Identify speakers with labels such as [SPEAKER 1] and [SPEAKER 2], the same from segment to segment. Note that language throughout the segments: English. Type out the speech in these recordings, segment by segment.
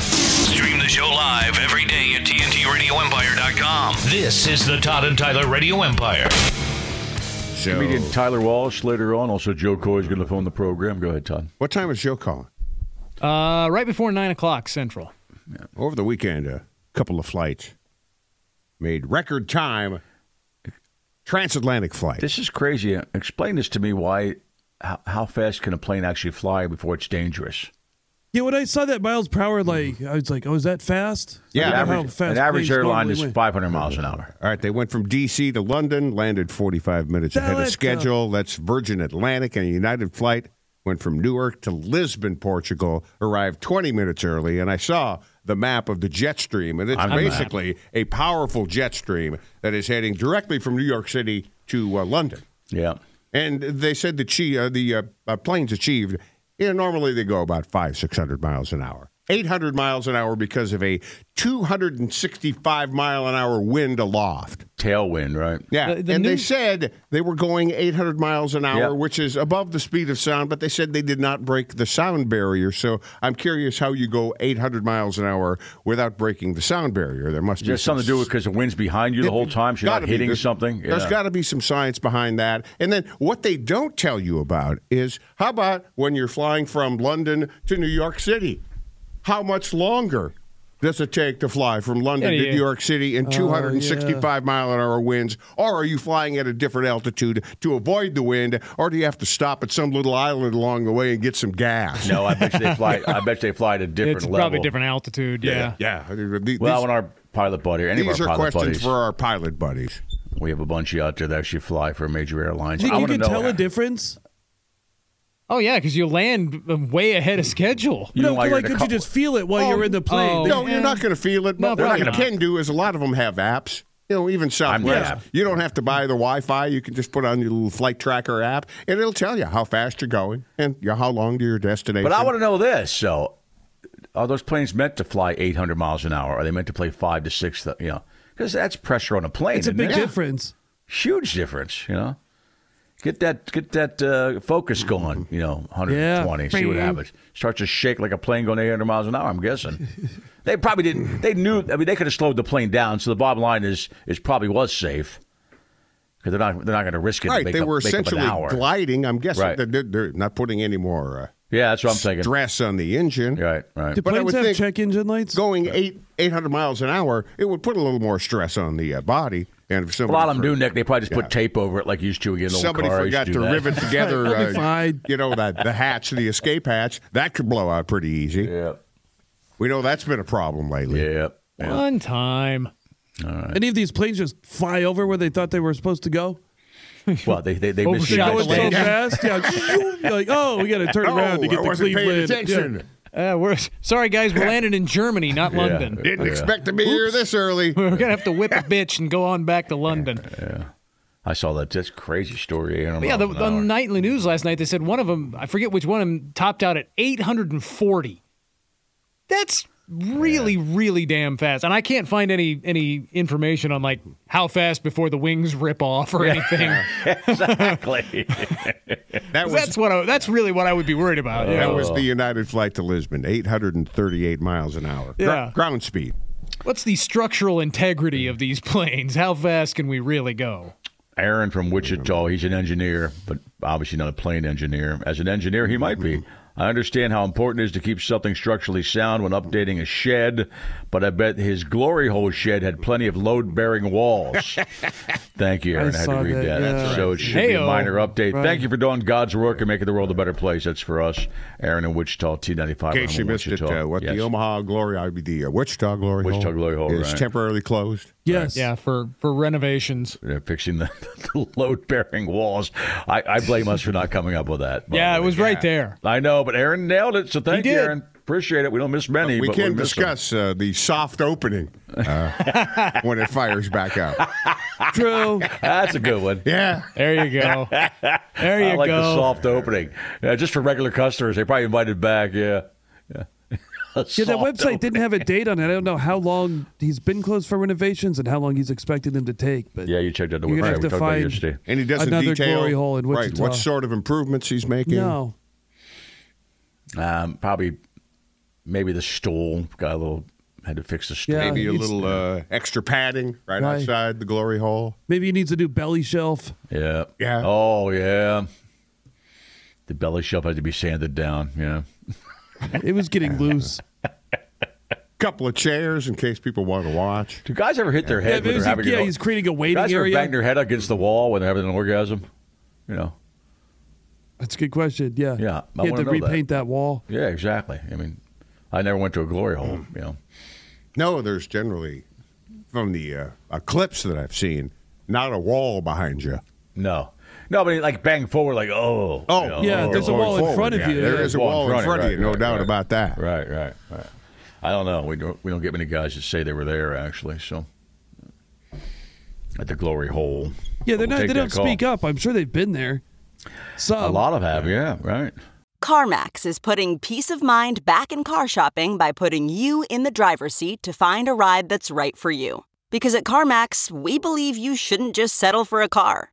[SPEAKER 1] Stream the show live every day at TNTRadioEmpire.com. This is the Todd and Tyler Radio Empire.
[SPEAKER 2] So,
[SPEAKER 3] Comedian Tyler Walsh later on. Also, Joe Coy's going to phone the program. Go ahead, Todd.
[SPEAKER 2] what time is Joe calling?
[SPEAKER 4] Uh, right before nine o'clock central.
[SPEAKER 2] Over the weekend, a couple of flights made record time. Transatlantic flight.
[SPEAKER 3] This is crazy. Explain this to me. Why? How, how fast can a plane actually fly before it's dangerous?
[SPEAKER 5] Yeah, when I saw that miles per hour, like I was like, "Oh, is that fast?" I
[SPEAKER 2] Yeah,
[SPEAKER 5] wonder
[SPEAKER 2] average-
[SPEAKER 5] how
[SPEAKER 3] Average-
[SPEAKER 5] fast
[SPEAKER 3] an average
[SPEAKER 5] planes
[SPEAKER 3] airline
[SPEAKER 5] normally
[SPEAKER 3] is
[SPEAKER 5] went.
[SPEAKER 3] 500 miles an hour.
[SPEAKER 2] All right, they went from D.C. to London, landed 45 minutes ahead of
[SPEAKER 5] Delta.
[SPEAKER 2] schedule. That's Virgin Atlantic and a United flight went from Newark to Lisbon, Portugal, arrived 20 minutes early, and I saw the map of the jet stream, and it's
[SPEAKER 3] I'm-
[SPEAKER 2] basically a powerful jet stream that is heading directly from New York City to uh, London.
[SPEAKER 3] Yeah.
[SPEAKER 2] And they said that she, uh, the uh, uh, planes achieved, you know, normally they go about five, 600 miles an hour. 800 miles an hour because of a 265 mile an hour wind aloft.
[SPEAKER 3] Tailwind, right?
[SPEAKER 2] Yeah,
[SPEAKER 4] The- the
[SPEAKER 2] and they
[SPEAKER 4] news-
[SPEAKER 2] said they were going 800 miles an hour,
[SPEAKER 3] Yeah.
[SPEAKER 2] which is above the speed of sound, but they said they did not break the sound barrier. So I'm curious how you go 800 miles an hour without breaking the sound barrier. There must be
[SPEAKER 3] Just
[SPEAKER 2] some
[SPEAKER 3] something to do with because the wind's behind you the whole time, so you're
[SPEAKER 2] Gotta
[SPEAKER 3] not
[SPEAKER 2] be.
[SPEAKER 3] hitting
[SPEAKER 2] There's-
[SPEAKER 3] something.
[SPEAKER 2] There's
[SPEAKER 3] Yeah.
[SPEAKER 2] got to be some science behind that. And then what they don't tell you about is how about when you're flying from London to New York City? How much longer does it take to fly from London
[SPEAKER 4] Yeah,
[SPEAKER 2] to
[SPEAKER 4] yeah. Oh,
[SPEAKER 2] New York City in 265 mile an hour winds? Or are you flying at a different altitude to avoid the wind? Or do you have to stop at some little island along the way and get some gas?
[SPEAKER 3] No, I bet you they fly. I bet they fly at a different
[SPEAKER 4] It's
[SPEAKER 3] level.
[SPEAKER 4] probably different altitude. Yeah.
[SPEAKER 2] Yeah. These,
[SPEAKER 3] Well, when our pilot buddy, or any
[SPEAKER 2] these
[SPEAKER 3] of
[SPEAKER 2] are
[SPEAKER 3] our pilot
[SPEAKER 2] questions
[SPEAKER 3] buddies,
[SPEAKER 2] for our pilot buddies.
[SPEAKER 3] we have a bunch out there that actually fly for major airlines.
[SPEAKER 5] Think
[SPEAKER 3] I
[SPEAKER 5] you
[SPEAKER 3] want to
[SPEAKER 5] could
[SPEAKER 3] know.
[SPEAKER 5] tell a difference?
[SPEAKER 4] Oh yeah, because you land uh, way ahead
[SPEAKER 3] Mm-hmm.
[SPEAKER 4] of schedule.
[SPEAKER 3] You know
[SPEAKER 5] no,
[SPEAKER 3] why
[SPEAKER 5] like,
[SPEAKER 3] you're in
[SPEAKER 5] could
[SPEAKER 3] a
[SPEAKER 5] you
[SPEAKER 3] couple-
[SPEAKER 5] just feel it while
[SPEAKER 2] Oh,
[SPEAKER 5] you're in the plane?
[SPEAKER 4] oh.
[SPEAKER 5] They-
[SPEAKER 2] No, you're not going to feel it.
[SPEAKER 4] No,
[SPEAKER 2] But what
[SPEAKER 4] probably
[SPEAKER 2] you
[SPEAKER 4] not.
[SPEAKER 2] can do is a lot of them have apps. You know, even
[SPEAKER 3] an app.
[SPEAKER 2] Southwest. You don't have to buy the Wi-Fi. You can just put on your little flight tracker app, and it'll tell you how fast you're going and you- how long to your destination.
[SPEAKER 3] But I want to know this. So, are those planes meant to fly 800 miles an hour? Are they meant to fly five to six? th- You know, because that's pressure on a plane.
[SPEAKER 5] It's a
[SPEAKER 3] isn't
[SPEAKER 5] big
[SPEAKER 3] it?
[SPEAKER 5] difference.
[SPEAKER 3] huge difference. You know, get that get that uh, focus going. You know, 120.
[SPEAKER 5] Yeah.
[SPEAKER 3] See what happens. Starts to shake like a plane going 800 miles an hour. I'm guessing. they probably didn't. They knew. I mean, they could have slowed the plane down. So the bottom line is, is probably was safe. Because they're not, they're not going to risk it. to
[SPEAKER 2] Right,
[SPEAKER 3] make
[SPEAKER 2] they
[SPEAKER 3] up-
[SPEAKER 2] were
[SPEAKER 3] make up an
[SPEAKER 2] essentially
[SPEAKER 3] hour.
[SPEAKER 2] gliding. I'm guessing
[SPEAKER 3] Right.
[SPEAKER 2] that they're, they're not putting any more uh,
[SPEAKER 3] Yeah, that's what I'm thinking.
[SPEAKER 2] stress on the engine.
[SPEAKER 3] Right, right.
[SPEAKER 5] Do
[SPEAKER 2] But I
[SPEAKER 5] planes
[SPEAKER 2] would
[SPEAKER 5] have
[SPEAKER 2] think-
[SPEAKER 5] check engine lights?
[SPEAKER 2] Going eight eight hundred miles an hour, it would put a little more stress on the uh, body. And if
[SPEAKER 3] A
[SPEAKER 2] somebody
[SPEAKER 3] lot of them
[SPEAKER 2] for-
[SPEAKER 3] do, Nick. They probably just
[SPEAKER 2] Yeah.
[SPEAKER 3] put tape over it like you used to again.
[SPEAKER 2] Somebody
[SPEAKER 3] car. I used
[SPEAKER 2] forgot to,
[SPEAKER 3] do that.
[SPEAKER 2] rivet together,
[SPEAKER 5] That'd be
[SPEAKER 2] uh,
[SPEAKER 5] fine.
[SPEAKER 2] you know, that the hatch, the escape hatch. That could blow out pretty easy.
[SPEAKER 3] Yeah,
[SPEAKER 2] We know that's been a problem lately.
[SPEAKER 3] yeah.
[SPEAKER 4] One time.
[SPEAKER 5] Any of these planes just fly over where they thought they were supposed to go?
[SPEAKER 3] Well, they they they
[SPEAKER 4] Overshot
[SPEAKER 3] missed
[SPEAKER 5] They're
[SPEAKER 3] the
[SPEAKER 4] Shot
[SPEAKER 5] going so
[SPEAKER 4] land.
[SPEAKER 5] fast, yeah. like, oh, we got to turn around to get
[SPEAKER 2] I
[SPEAKER 5] to
[SPEAKER 2] wasn't paying
[SPEAKER 5] Cleveland.
[SPEAKER 2] attention.
[SPEAKER 5] Yeah.
[SPEAKER 4] Uh, we're sorry, guys. We're landing in Germany, not London.
[SPEAKER 2] Didn't expect to be here this early.
[SPEAKER 4] We're gonna have to whip a bitch and go on back to London.
[SPEAKER 3] I saw that. That's a crazy story. Aaron,
[SPEAKER 4] But yeah, the,
[SPEAKER 3] about
[SPEAKER 4] the
[SPEAKER 3] an hour.
[SPEAKER 4] nightly news last night, they said one of them, I forget which one of them, topped out at 840. That's really, really damn fast. And I can't find any any information on like how fast before the wings rip off or anything.
[SPEAKER 3] exactly.
[SPEAKER 2] That was
[SPEAKER 4] that's what I, that's really what I would be worried about. yeah.
[SPEAKER 2] that was the United flight to Lisbon, 838 miles an hour. Gr-
[SPEAKER 4] Yeah.
[SPEAKER 2] ground speed.
[SPEAKER 4] What's the structural integrity of these planes? How fast can we really go?
[SPEAKER 2] Mm-hmm.
[SPEAKER 3] Aaron from Wichita. He's an engineer, but obviously not a plane engineer. As an engineer, he might be. I understand how important it is to keep something structurally sound when updating a shed, but I bet his glory hole shed had plenty of load bearing walls. Thank you, Aaron. I, had to
[SPEAKER 5] saw
[SPEAKER 3] read that.
[SPEAKER 5] that, yeah.
[SPEAKER 3] So it should be a
[SPEAKER 4] Heyo.
[SPEAKER 3] minor update.
[SPEAKER 5] Right.
[SPEAKER 3] Thank you for doing God's work and making the world a better place. That's for us, Aaron in Wichita, T95.
[SPEAKER 2] In case you missed it, uh, what the Omaha Glory, I mean, the uh, Wichita Glory
[SPEAKER 3] Wichita
[SPEAKER 2] Hole
[SPEAKER 3] Glory Hole,
[SPEAKER 2] is
[SPEAKER 3] right.
[SPEAKER 2] temporarily closed.
[SPEAKER 5] Yes.
[SPEAKER 4] Yeah, for for renovations.
[SPEAKER 3] They're fixing the, the load bearing walls. I, I blame us for not coming up with that. by
[SPEAKER 4] yeah,
[SPEAKER 3] the
[SPEAKER 4] it
[SPEAKER 3] way.
[SPEAKER 4] was right there.
[SPEAKER 3] I know, but Aaron nailed it. So thank you,
[SPEAKER 4] did.
[SPEAKER 3] Aaron. Appreciate it. We don't miss many.
[SPEAKER 2] we
[SPEAKER 3] but
[SPEAKER 2] can
[SPEAKER 3] we miss them.
[SPEAKER 2] discuss uh, the soft opening uh, when it fires back up.
[SPEAKER 5] True.
[SPEAKER 3] That's a good one.
[SPEAKER 2] Yeah.
[SPEAKER 4] There you go. There you
[SPEAKER 3] I like
[SPEAKER 4] go.
[SPEAKER 3] the soft opening. Yeah, just for regular customers, they probably invited back. Yeah. Yeah.
[SPEAKER 5] Yeah, that
[SPEAKER 3] Soft
[SPEAKER 5] website didn't have a date on it. I don't know how long he's been closed for renovations and how long he's expected them to take. But
[SPEAKER 3] Yeah, you checked out the
[SPEAKER 5] You're gonna
[SPEAKER 3] website.
[SPEAKER 5] have
[SPEAKER 3] we
[SPEAKER 5] to
[SPEAKER 3] talked about it
[SPEAKER 5] find-
[SPEAKER 3] yesterday.
[SPEAKER 2] And he doesn't
[SPEAKER 5] Another
[SPEAKER 2] detail
[SPEAKER 5] glory hole in
[SPEAKER 2] right,
[SPEAKER 5] Wichita.
[SPEAKER 2] what sort of improvements he's making.
[SPEAKER 5] no,
[SPEAKER 3] Um, probably, maybe the stool got a little had to fix the stool.
[SPEAKER 5] Yeah.
[SPEAKER 2] Maybe a
[SPEAKER 5] It's-
[SPEAKER 2] little uh, extra padding right,
[SPEAKER 5] Right.
[SPEAKER 2] outside the glory hole.
[SPEAKER 5] maybe he needs a new belly shelf.
[SPEAKER 3] Yeah.
[SPEAKER 2] Yeah.
[SPEAKER 3] Oh yeah. The belly shelf had to be sanded down. Yeah.
[SPEAKER 5] It was getting loose.
[SPEAKER 2] Couple of chairs in case people want to watch.
[SPEAKER 3] Do guys ever hit their
[SPEAKER 5] Yeah,
[SPEAKER 3] head when
[SPEAKER 5] it
[SPEAKER 3] they're
[SPEAKER 5] was-
[SPEAKER 3] having?
[SPEAKER 5] yeah,
[SPEAKER 3] an or-
[SPEAKER 5] he's creating a
[SPEAKER 3] guys
[SPEAKER 5] waiting
[SPEAKER 3] ever bang
[SPEAKER 5] area.
[SPEAKER 3] their head against the wall when they're having an orgasm? You know.
[SPEAKER 5] That's a good question.
[SPEAKER 3] Yeah, I
[SPEAKER 5] Yeah, He had
[SPEAKER 3] wanna
[SPEAKER 5] to
[SPEAKER 3] know that.
[SPEAKER 5] repaint that wall.
[SPEAKER 3] Yeah, exactly. I mean, I never went to a glory hole.
[SPEAKER 5] Mm.
[SPEAKER 3] You know.
[SPEAKER 2] No, there's generally, from the uh, uh, clips that I've seen, not a wall behind you.
[SPEAKER 3] No. No, but like bang forward, like oh.
[SPEAKER 2] Oh,
[SPEAKER 3] you know,
[SPEAKER 5] Yeah,
[SPEAKER 3] oh.
[SPEAKER 5] there's a
[SPEAKER 2] going
[SPEAKER 5] wall in
[SPEAKER 2] forward,
[SPEAKER 5] front of
[SPEAKER 2] yeah.
[SPEAKER 5] you.
[SPEAKER 2] There
[SPEAKER 5] Yeah.
[SPEAKER 2] is a wall in front of
[SPEAKER 3] right,
[SPEAKER 2] you, no
[SPEAKER 3] right,
[SPEAKER 2] doubt
[SPEAKER 3] right.
[SPEAKER 2] about that.
[SPEAKER 3] Right, right, right. I don't know. We don't we don't get many guys that say they were there actually. So at the glory hole.
[SPEAKER 5] Yeah, they're
[SPEAKER 3] We'll
[SPEAKER 5] not.
[SPEAKER 3] take
[SPEAKER 5] They
[SPEAKER 3] that
[SPEAKER 5] don't
[SPEAKER 3] call.
[SPEAKER 5] speak up. I'm sure they've been there. Some
[SPEAKER 3] A lot of have, yeah, right.
[SPEAKER 6] CarMax is putting peace of mind back in car shopping by putting you in the driver's seat to find a ride that's right for you. Because at CarMax, we believe you shouldn't just settle for a car,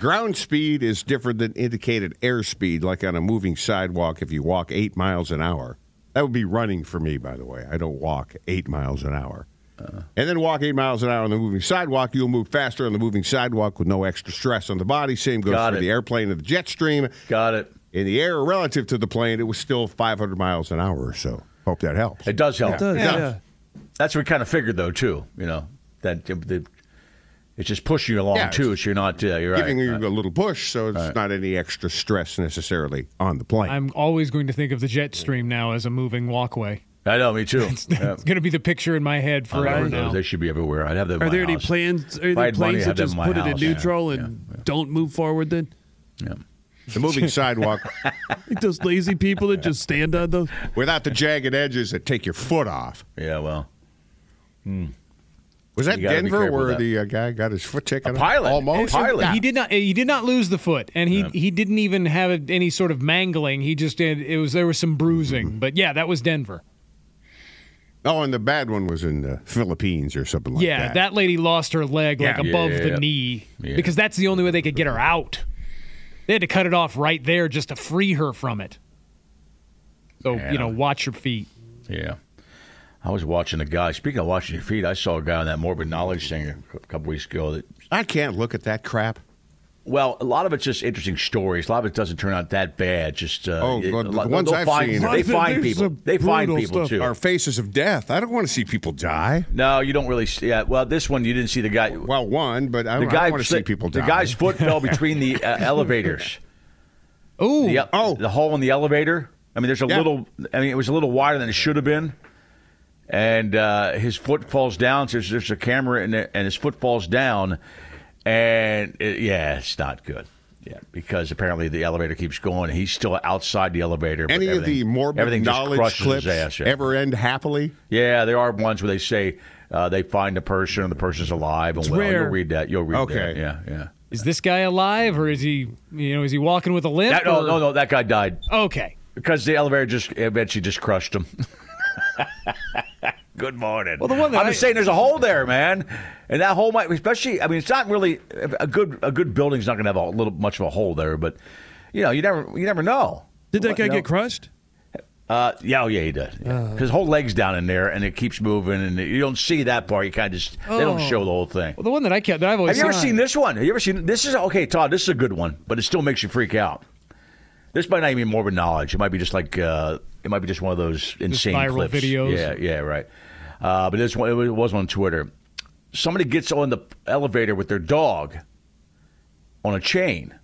[SPEAKER 2] Ground speed is different than indicated airspeed, like on a moving sidewalk if you walk eight miles an hour. That would be running for me, by the way. I don't walk eight miles an hour.
[SPEAKER 3] Uh.
[SPEAKER 2] and then walk eight miles an hour on the moving sidewalk. You'll move faster on the moving sidewalk with no extra stress on the body. Same goes
[SPEAKER 3] Got
[SPEAKER 2] for
[SPEAKER 3] it.
[SPEAKER 2] the airplane and the jet stream.
[SPEAKER 3] Got it.
[SPEAKER 2] In the air relative to the plane, it was still 500 miles an hour or so. Hope that helps.
[SPEAKER 3] It does help.
[SPEAKER 5] Does,
[SPEAKER 2] Yeah.
[SPEAKER 5] yeah.
[SPEAKER 3] That's what we kind of figured though too, you know. That the, it's just pushing you along
[SPEAKER 2] Yeah,
[SPEAKER 3] too,
[SPEAKER 2] it's
[SPEAKER 3] so you're not yeah, you're
[SPEAKER 2] Giving
[SPEAKER 3] right.
[SPEAKER 2] you a little push, so it's not any extra stress necessarily on the plane.
[SPEAKER 4] I'm always going to think of the jet stream now as a moving walkway.
[SPEAKER 3] I know, me too. Yeah.
[SPEAKER 4] It's going to be the picture in my head
[SPEAKER 3] I
[SPEAKER 4] forever
[SPEAKER 3] love those.
[SPEAKER 4] now.
[SPEAKER 3] They should be everywhere. I'd have them. in
[SPEAKER 5] Are
[SPEAKER 3] my
[SPEAKER 5] there any
[SPEAKER 3] house.
[SPEAKER 5] plans? Are
[SPEAKER 3] If I
[SPEAKER 5] there
[SPEAKER 3] had money,
[SPEAKER 5] planes
[SPEAKER 3] I'd have
[SPEAKER 5] that
[SPEAKER 3] them
[SPEAKER 5] just
[SPEAKER 3] in my
[SPEAKER 5] put it in
[SPEAKER 3] house, yeah.
[SPEAKER 5] neutral and don't move forward? Then
[SPEAKER 2] The moving sidewalk
[SPEAKER 5] like those lazy people that just stand on those.
[SPEAKER 2] without the jagged edges that take your foot off.
[SPEAKER 3] Yeah, well,
[SPEAKER 2] Was that
[SPEAKER 3] You gotta be
[SPEAKER 2] Denver
[SPEAKER 3] careful with
[SPEAKER 2] where
[SPEAKER 3] that.
[SPEAKER 2] the uh, guy got his foot taken
[SPEAKER 3] A
[SPEAKER 2] off?
[SPEAKER 3] pilot.
[SPEAKER 2] Almost.
[SPEAKER 3] A pilot.
[SPEAKER 4] He did not. He did not lose the foot, and he he didn't even have any sort of mangling. He just did. It was there was some bruising, but yeah, that was Denver.
[SPEAKER 2] Oh, and the bad one was in the Philippines or something like
[SPEAKER 4] yeah,
[SPEAKER 2] that.
[SPEAKER 4] that. lady lost her leg like
[SPEAKER 2] Yeah.
[SPEAKER 4] above
[SPEAKER 3] Yeah, yeah,
[SPEAKER 4] the
[SPEAKER 3] yeah.
[SPEAKER 4] knee
[SPEAKER 3] Yeah.
[SPEAKER 4] because that's the only way they could get her out. They had to cut it off right there just to free her from it. So
[SPEAKER 3] Yeah.
[SPEAKER 4] you know, watch your feet.
[SPEAKER 3] yeah. I was watching a guy. Speaking of watching your feet, I saw a guy on that morbid knowledge thing a couple weeks ago. That
[SPEAKER 2] I can't look at that crap.
[SPEAKER 3] well, a lot of it's just interesting stories. A lot of it doesn't turn out that bad. Just uh,
[SPEAKER 2] Oh,
[SPEAKER 3] it-
[SPEAKER 2] God, the
[SPEAKER 3] a lot-
[SPEAKER 2] ones
[SPEAKER 3] they'll
[SPEAKER 2] I've
[SPEAKER 3] find,
[SPEAKER 2] seen are-
[SPEAKER 3] They find
[SPEAKER 5] There's
[SPEAKER 3] people.
[SPEAKER 5] some
[SPEAKER 3] They find
[SPEAKER 5] brutal
[SPEAKER 3] people
[SPEAKER 5] stuff.
[SPEAKER 3] too.
[SPEAKER 2] Our faces of death. I don't want to see people die.
[SPEAKER 3] no, you don't really. See, yeah, well, this one you didn't see the guy.
[SPEAKER 2] Well, one, but I
[SPEAKER 3] the
[SPEAKER 2] don't,
[SPEAKER 3] guy
[SPEAKER 2] want to see people
[SPEAKER 3] the
[SPEAKER 2] die.
[SPEAKER 3] guy's foot fell between the uh, elevators.
[SPEAKER 4] Ooh,
[SPEAKER 3] The, oh, the hole in the elevator. I mean, there's a
[SPEAKER 2] Yeah.
[SPEAKER 3] little. I mean, it was a little wider than it should have been, and uh, his foot falls down. So there's, there's a camera, in there, and his foot falls down, and it, yeah, it's not good. Yeah, because apparently the elevator keeps going. He's still outside the elevator. but
[SPEAKER 2] Any of the
[SPEAKER 3] everything-
[SPEAKER 2] morbid
[SPEAKER 3] everything just
[SPEAKER 2] knowledge
[SPEAKER 3] crushes his
[SPEAKER 2] clips
[SPEAKER 3] ass, yeah.
[SPEAKER 2] ever end happily?
[SPEAKER 3] Yeah, there are ones where they say uh, they find a person and the person's alive. And well,
[SPEAKER 5] rare.
[SPEAKER 3] you'll read that. You'll read
[SPEAKER 2] Okay.
[SPEAKER 3] that. Yeah, yeah.
[SPEAKER 4] Is this guy alive or is he, you know, is he walking with a limp?
[SPEAKER 3] That, no,
[SPEAKER 4] or-
[SPEAKER 3] no, no. That guy died
[SPEAKER 4] Okay.
[SPEAKER 3] because the elevator just eventually just crushed him. Good morning. Well,
[SPEAKER 4] the one that
[SPEAKER 3] I'm
[SPEAKER 4] I-
[SPEAKER 3] just saying, there's a hole there, man, and that hole might, especially. I mean, it's not really a good a good building's not going to have a little much of a hole there, but you know, you never you never know.
[SPEAKER 5] Did that
[SPEAKER 3] What-
[SPEAKER 5] guy
[SPEAKER 3] you know?
[SPEAKER 5] get crushed?
[SPEAKER 3] Uh, yeah, oh yeah, he did.
[SPEAKER 4] Uh.
[SPEAKER 3] Yeah. His whole leg's down in there, and it keeps moving, and you don't see that part. You kind of just they
[SPEAKER 4] Oh.
[SPEAKER 3] don't show the whole thing.
[SPEAKER 4] Well, the one that I kept that I've always
[SPEAKER 3] Have you ever
[SPEAKER 4] seen-
[SPEAKER 3] seen this one? Have you ever seen this? Is okay, Todd. This is a good one, but it still makes you freak out. This might not even be morbid knowledge. It might be just like uh, it might be just one of those insane
[SPEAKER 4] viral
[SPEAKER 3] clips.
[SPEAKER 4] videos.
[SPEAKER 3] Yeah, yeah, right. Uh, but this one it was on Twitter. Somebody gets on the elevator with their dog on a chain,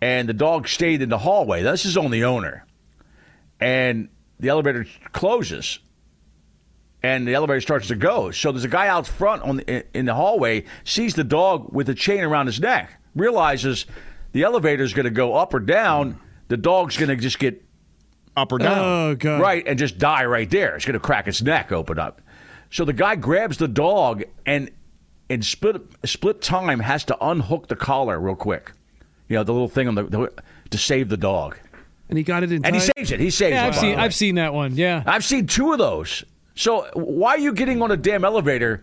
[SPEAKER 3] and the dog stayed in the hallway. Now, This is on the owner, and the elevator closes, and the elevator starts to go. So there's a guy out front on the, in the hallway sees the dog with a chain around his neck, realizes the elevator's going to go up or down. The dog's going to just get
[SPEAKER 2] Up or down?
[SPEAKER 3] Uh.
[SPEAKER 5] Oh god!
[SPEAKER 3] right and just die right there. It's going to crack its neck open up. So the guy grabs the dog and in split split time has to unhook the collar real quick. You know the little thing on the, the to save the dog,
[SPEAKER 5] And he got it in
[SPEAKER 3] and
[SPEAKER 5] time.
[SPEAKER 3] he saves it. He saves.
[SPEAKER 4] Yeah,
[SPEAKER 3] it,
[SPEAKER 4] I've
[SPEAKER 3] by
[SPEAKER 4] seen
[SPEAKER 3] the way.
[SPEAKER 4] I've seen that one. Yeah.
[SPEAKER 3] I've seen two of those. So why are you getting on a damn elevator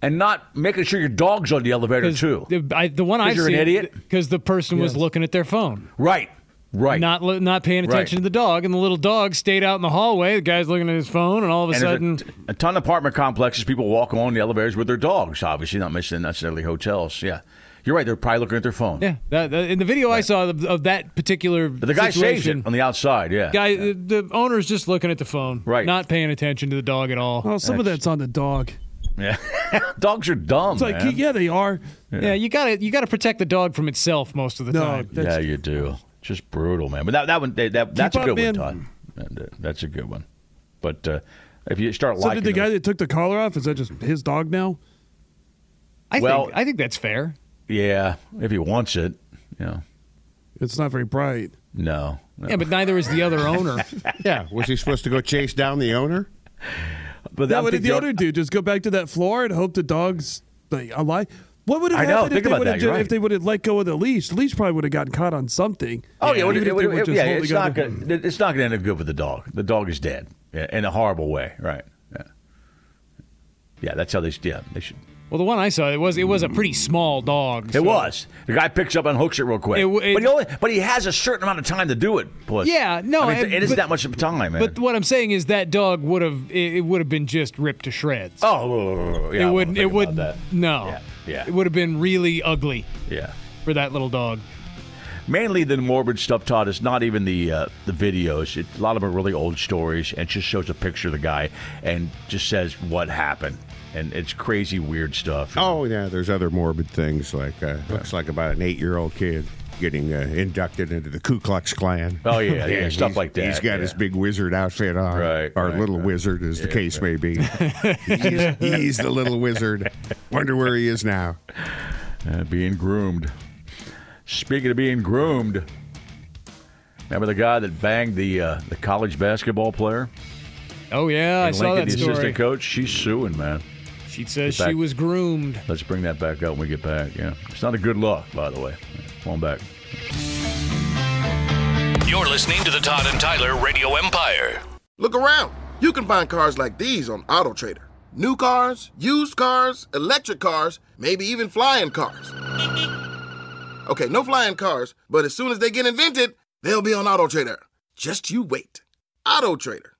[SPEAKER 3] and not making sure your dog's on the elevator too?
[SPEAKER 4] The, I, the one I've
[SPEAKER 3] you're an
[SPEAKER 4] seen
[SPEAKER 3] idiot?
[SPEAKER 4] because the person was looking at their phone,
[SPEAKER 3] Right, right.
[SPEAKER 4] not lo- not paying
[SPEAKER 3] Right.
[SPEAKER 4] attention to the dog, and the little dog stayed out in the hallway. The guy's looking at his phone, and all of a
[SPEAKER 3] and there's
[SPEAKER 4] sudden,
[SPEAKER 3] a, t- a ton of apartment complexes, people walk on the elevators with their dogs. Obviously, not missing necessarily hotels. Yeah, you're right. They're probably looking at their phone.
[SPEAKER 4] yeah. That, that- in the video I saw of, of that particular
[SPEAKER 3] But the guy
[SPEAKER 4] situation,
[SPEAKER 3] saves it on the outside. Yeah.
[SPEAKER 4] guy, the, the owner's just looking at the phone,
[SPEAKER 3] Right.
[SPEAKER 4] Not paying attention to the dog at all.
[SPEAKER 5] Oh, some of that's on the dog.
[SPEAKER 3] yeah. Dogs are dumb.
[SPEAKER 5] It's like,
[SPEAKER 3] man.
[SPEAKER 5] yeah, they are.
[SPEAKER 4] yeah. you gotta you gotta protect the dog from itself most of the
[SPEAKER 5] No,
[SPEAKER 4] time.
[SPEAKER 5] that's
[SPEAKER 3] yeah, you do. Just brutal, man. But that that one, they, that that's a
[SPEAKER 5] up,
[SPEAKER 3] good one,
[SPEAKER 5] man.
[SPEAKER 3] Todd. And, uh, That's a good one. But uh, if you start
[SPEAKER 5] So
[SPEAKER 3] liking
[SPEAKER 5] did the guy
[SPEAKER 3] those-
[SPEAKER 5] that took the collar off? Is that just his dog now?
[SPEAKER 4] I
[SPEAKER 3] Well-
[SPEAKER 4] think I think that's fair.
[SPEAKER 3] yeah, if he wants it, yeah,
[SPEAKER 5] It's not very bright.
[SPEAKER 3] no. no.
[SPEAKER 4] Yeah, but neither is the other owner.
[SPEAKER 2] Yeah. Was he supposed to go chase down the owner?
[SPEAKER 3] But
[SPEAKER 5] Yeah,
[SPEAKER 3] I'm
[SPEAKER 5] what did
[SPEAKER 3] thinking-
[SPEAKER 5] the owner do? Just go back to that floor and hope the dog's like alive? What would have
[SPEAKER 3] I know,
[SPEAKER 5] happened
[SPEAKER 3] think
[SPEAKER 5] if, they
[SPEAKER 3] about
[SPEAKER 5] would
[SPEAKER 3] that,
[SPEAKER 5] have
[SPEAKER 3] you're
[SPEAKER 5] ju-
[SPEAKER 3] right.
[SPEAKER 5] if they would have let go of the leash? The leash probably would have gotten caught on something.
[SPEAKER 3] Oh yeah, what do
[SPEAKER 5] Even
[SPEAKER 3] you-
[SPEAKER 5] if they
[SPEAKER 3] what-
[SPEAKER 5] were just
[SPEAKER 3] yeah,
[SPEAKER 5] holding
[SPEAKER 3] it's
[SPEAKER 5] on
[SPEAKER 3] not
[SPEAKER 5] to-
[SPEAKER 3] gonna, it's not gonna end up good with the dog. The dog is dead yeah, in a horrible way, right? Yeah, yeah that's how they. should- Yeah, they should.
[SPEAKER 4] well, the one I saw it was it was a pretty small dog.
[SPEAKER 3] It
[SPEAKER 4] so-
[SPEAKER 3] was the guy picks up and hooks it real quick,
[SPEAKER 4] It w- it-
[SPEAKER 3] but he only but he has a certain amount of time to do it. Plus,
[SPEAKER 4] Yeah, no,
[SPEAKER 3] I mean,
[SPEAKER 4] and-
[SPEAKER 3] it isn't
[SPEAKER 4] but-
[SPEAKER 3] that much of time, man.
[SPEAKER 4] But what I'm saying is that dog would have it, it would have been just ripped to shreds.
[SPEAKER 3] oh, yeah, I
[SPEAKER 4] it
[SPEAKER 3] wouldn't
[SPEAKER 4] would
[SPEAKER 3] think
[SPEAKER 4] it
[SPEAKER 3] about
[SPEAKER 4] would
[SPEAKER 3] that.
[SPEAKER 4] no.
[SPEAKER 3] Yeah, yeah.
[SPEAKER 4] It would have been really ugly
[SPEAKER 3] yeah.
[SPEAKER 4] for that little dog.
[SPEAKER 3] Mainly the morbid stuff, Todd. It's not even the uh, the videos. It, a lot of them are really old stories, and it just shows a picture of the guy and just says what happened, and it's crazy, weird stuff. you know?
[SPEAKER 2] Oh, yeah. There's other morbid things like uh, looks like about an eight year old kid getting uh, inducted into the Ku Klux Klan.
[SPEAKER 3] Oh, yeah, yeah,
[SPEAKER 2] And
[SPEAKER 3] stuff
[SPEAKER 2] he's-
[SPEAKER 3] like that,
[SPEAKER 2] He's got
[SPEAKER 3] yeah.
[SPEAKER 2] his big wizard outfit on,
[SPEAKER 3] Right,
[SPEAKER 2] Or
[SPEAKER 3] right,
[SPEAKER 2] little
[SPEAKER 3] right.
[SPEAKER 2] wizard, as the case may be. he's, he's the little wizard. Wonder where he is now.
[SPEAKER 3] Uh, being groomed. Speaking of being groomed, remember the guy that banged the uh, the college basketball player?
[SPEAKER 4] Oh yeah, I
[SPEAKER 3] And
[SPEAKER 4] saw
[SPEAKER 3] Lincoln,
[SPEAKER 4] that
[SPEAKER 3] the
[SPEAKER 4] story.
[SPEAKER 3] assistant coach. She's suing, man.
[SPEAKER 4] She says
[SPEAKER 3] Get
[SPEAKER 4] she
[SPEAKER 3] back.
[SPEAKER 4] was groomed.
[SPEAKER 3] Let's bring that back up when we get back. Yeah, it's not a good look, by the way. Come on back.
[SPEAKER 1] You're listening to the Todd and Tyler Radio Empire.
[SPEAKER 7] Look around. You can find cars like these on AutoTrader. New cars, used cars, electric cars, maybe even flying cars. Okay, no flying cars, but as soon as they get invented, they'll be on AutoTrader. Just you wait. AutoTrader.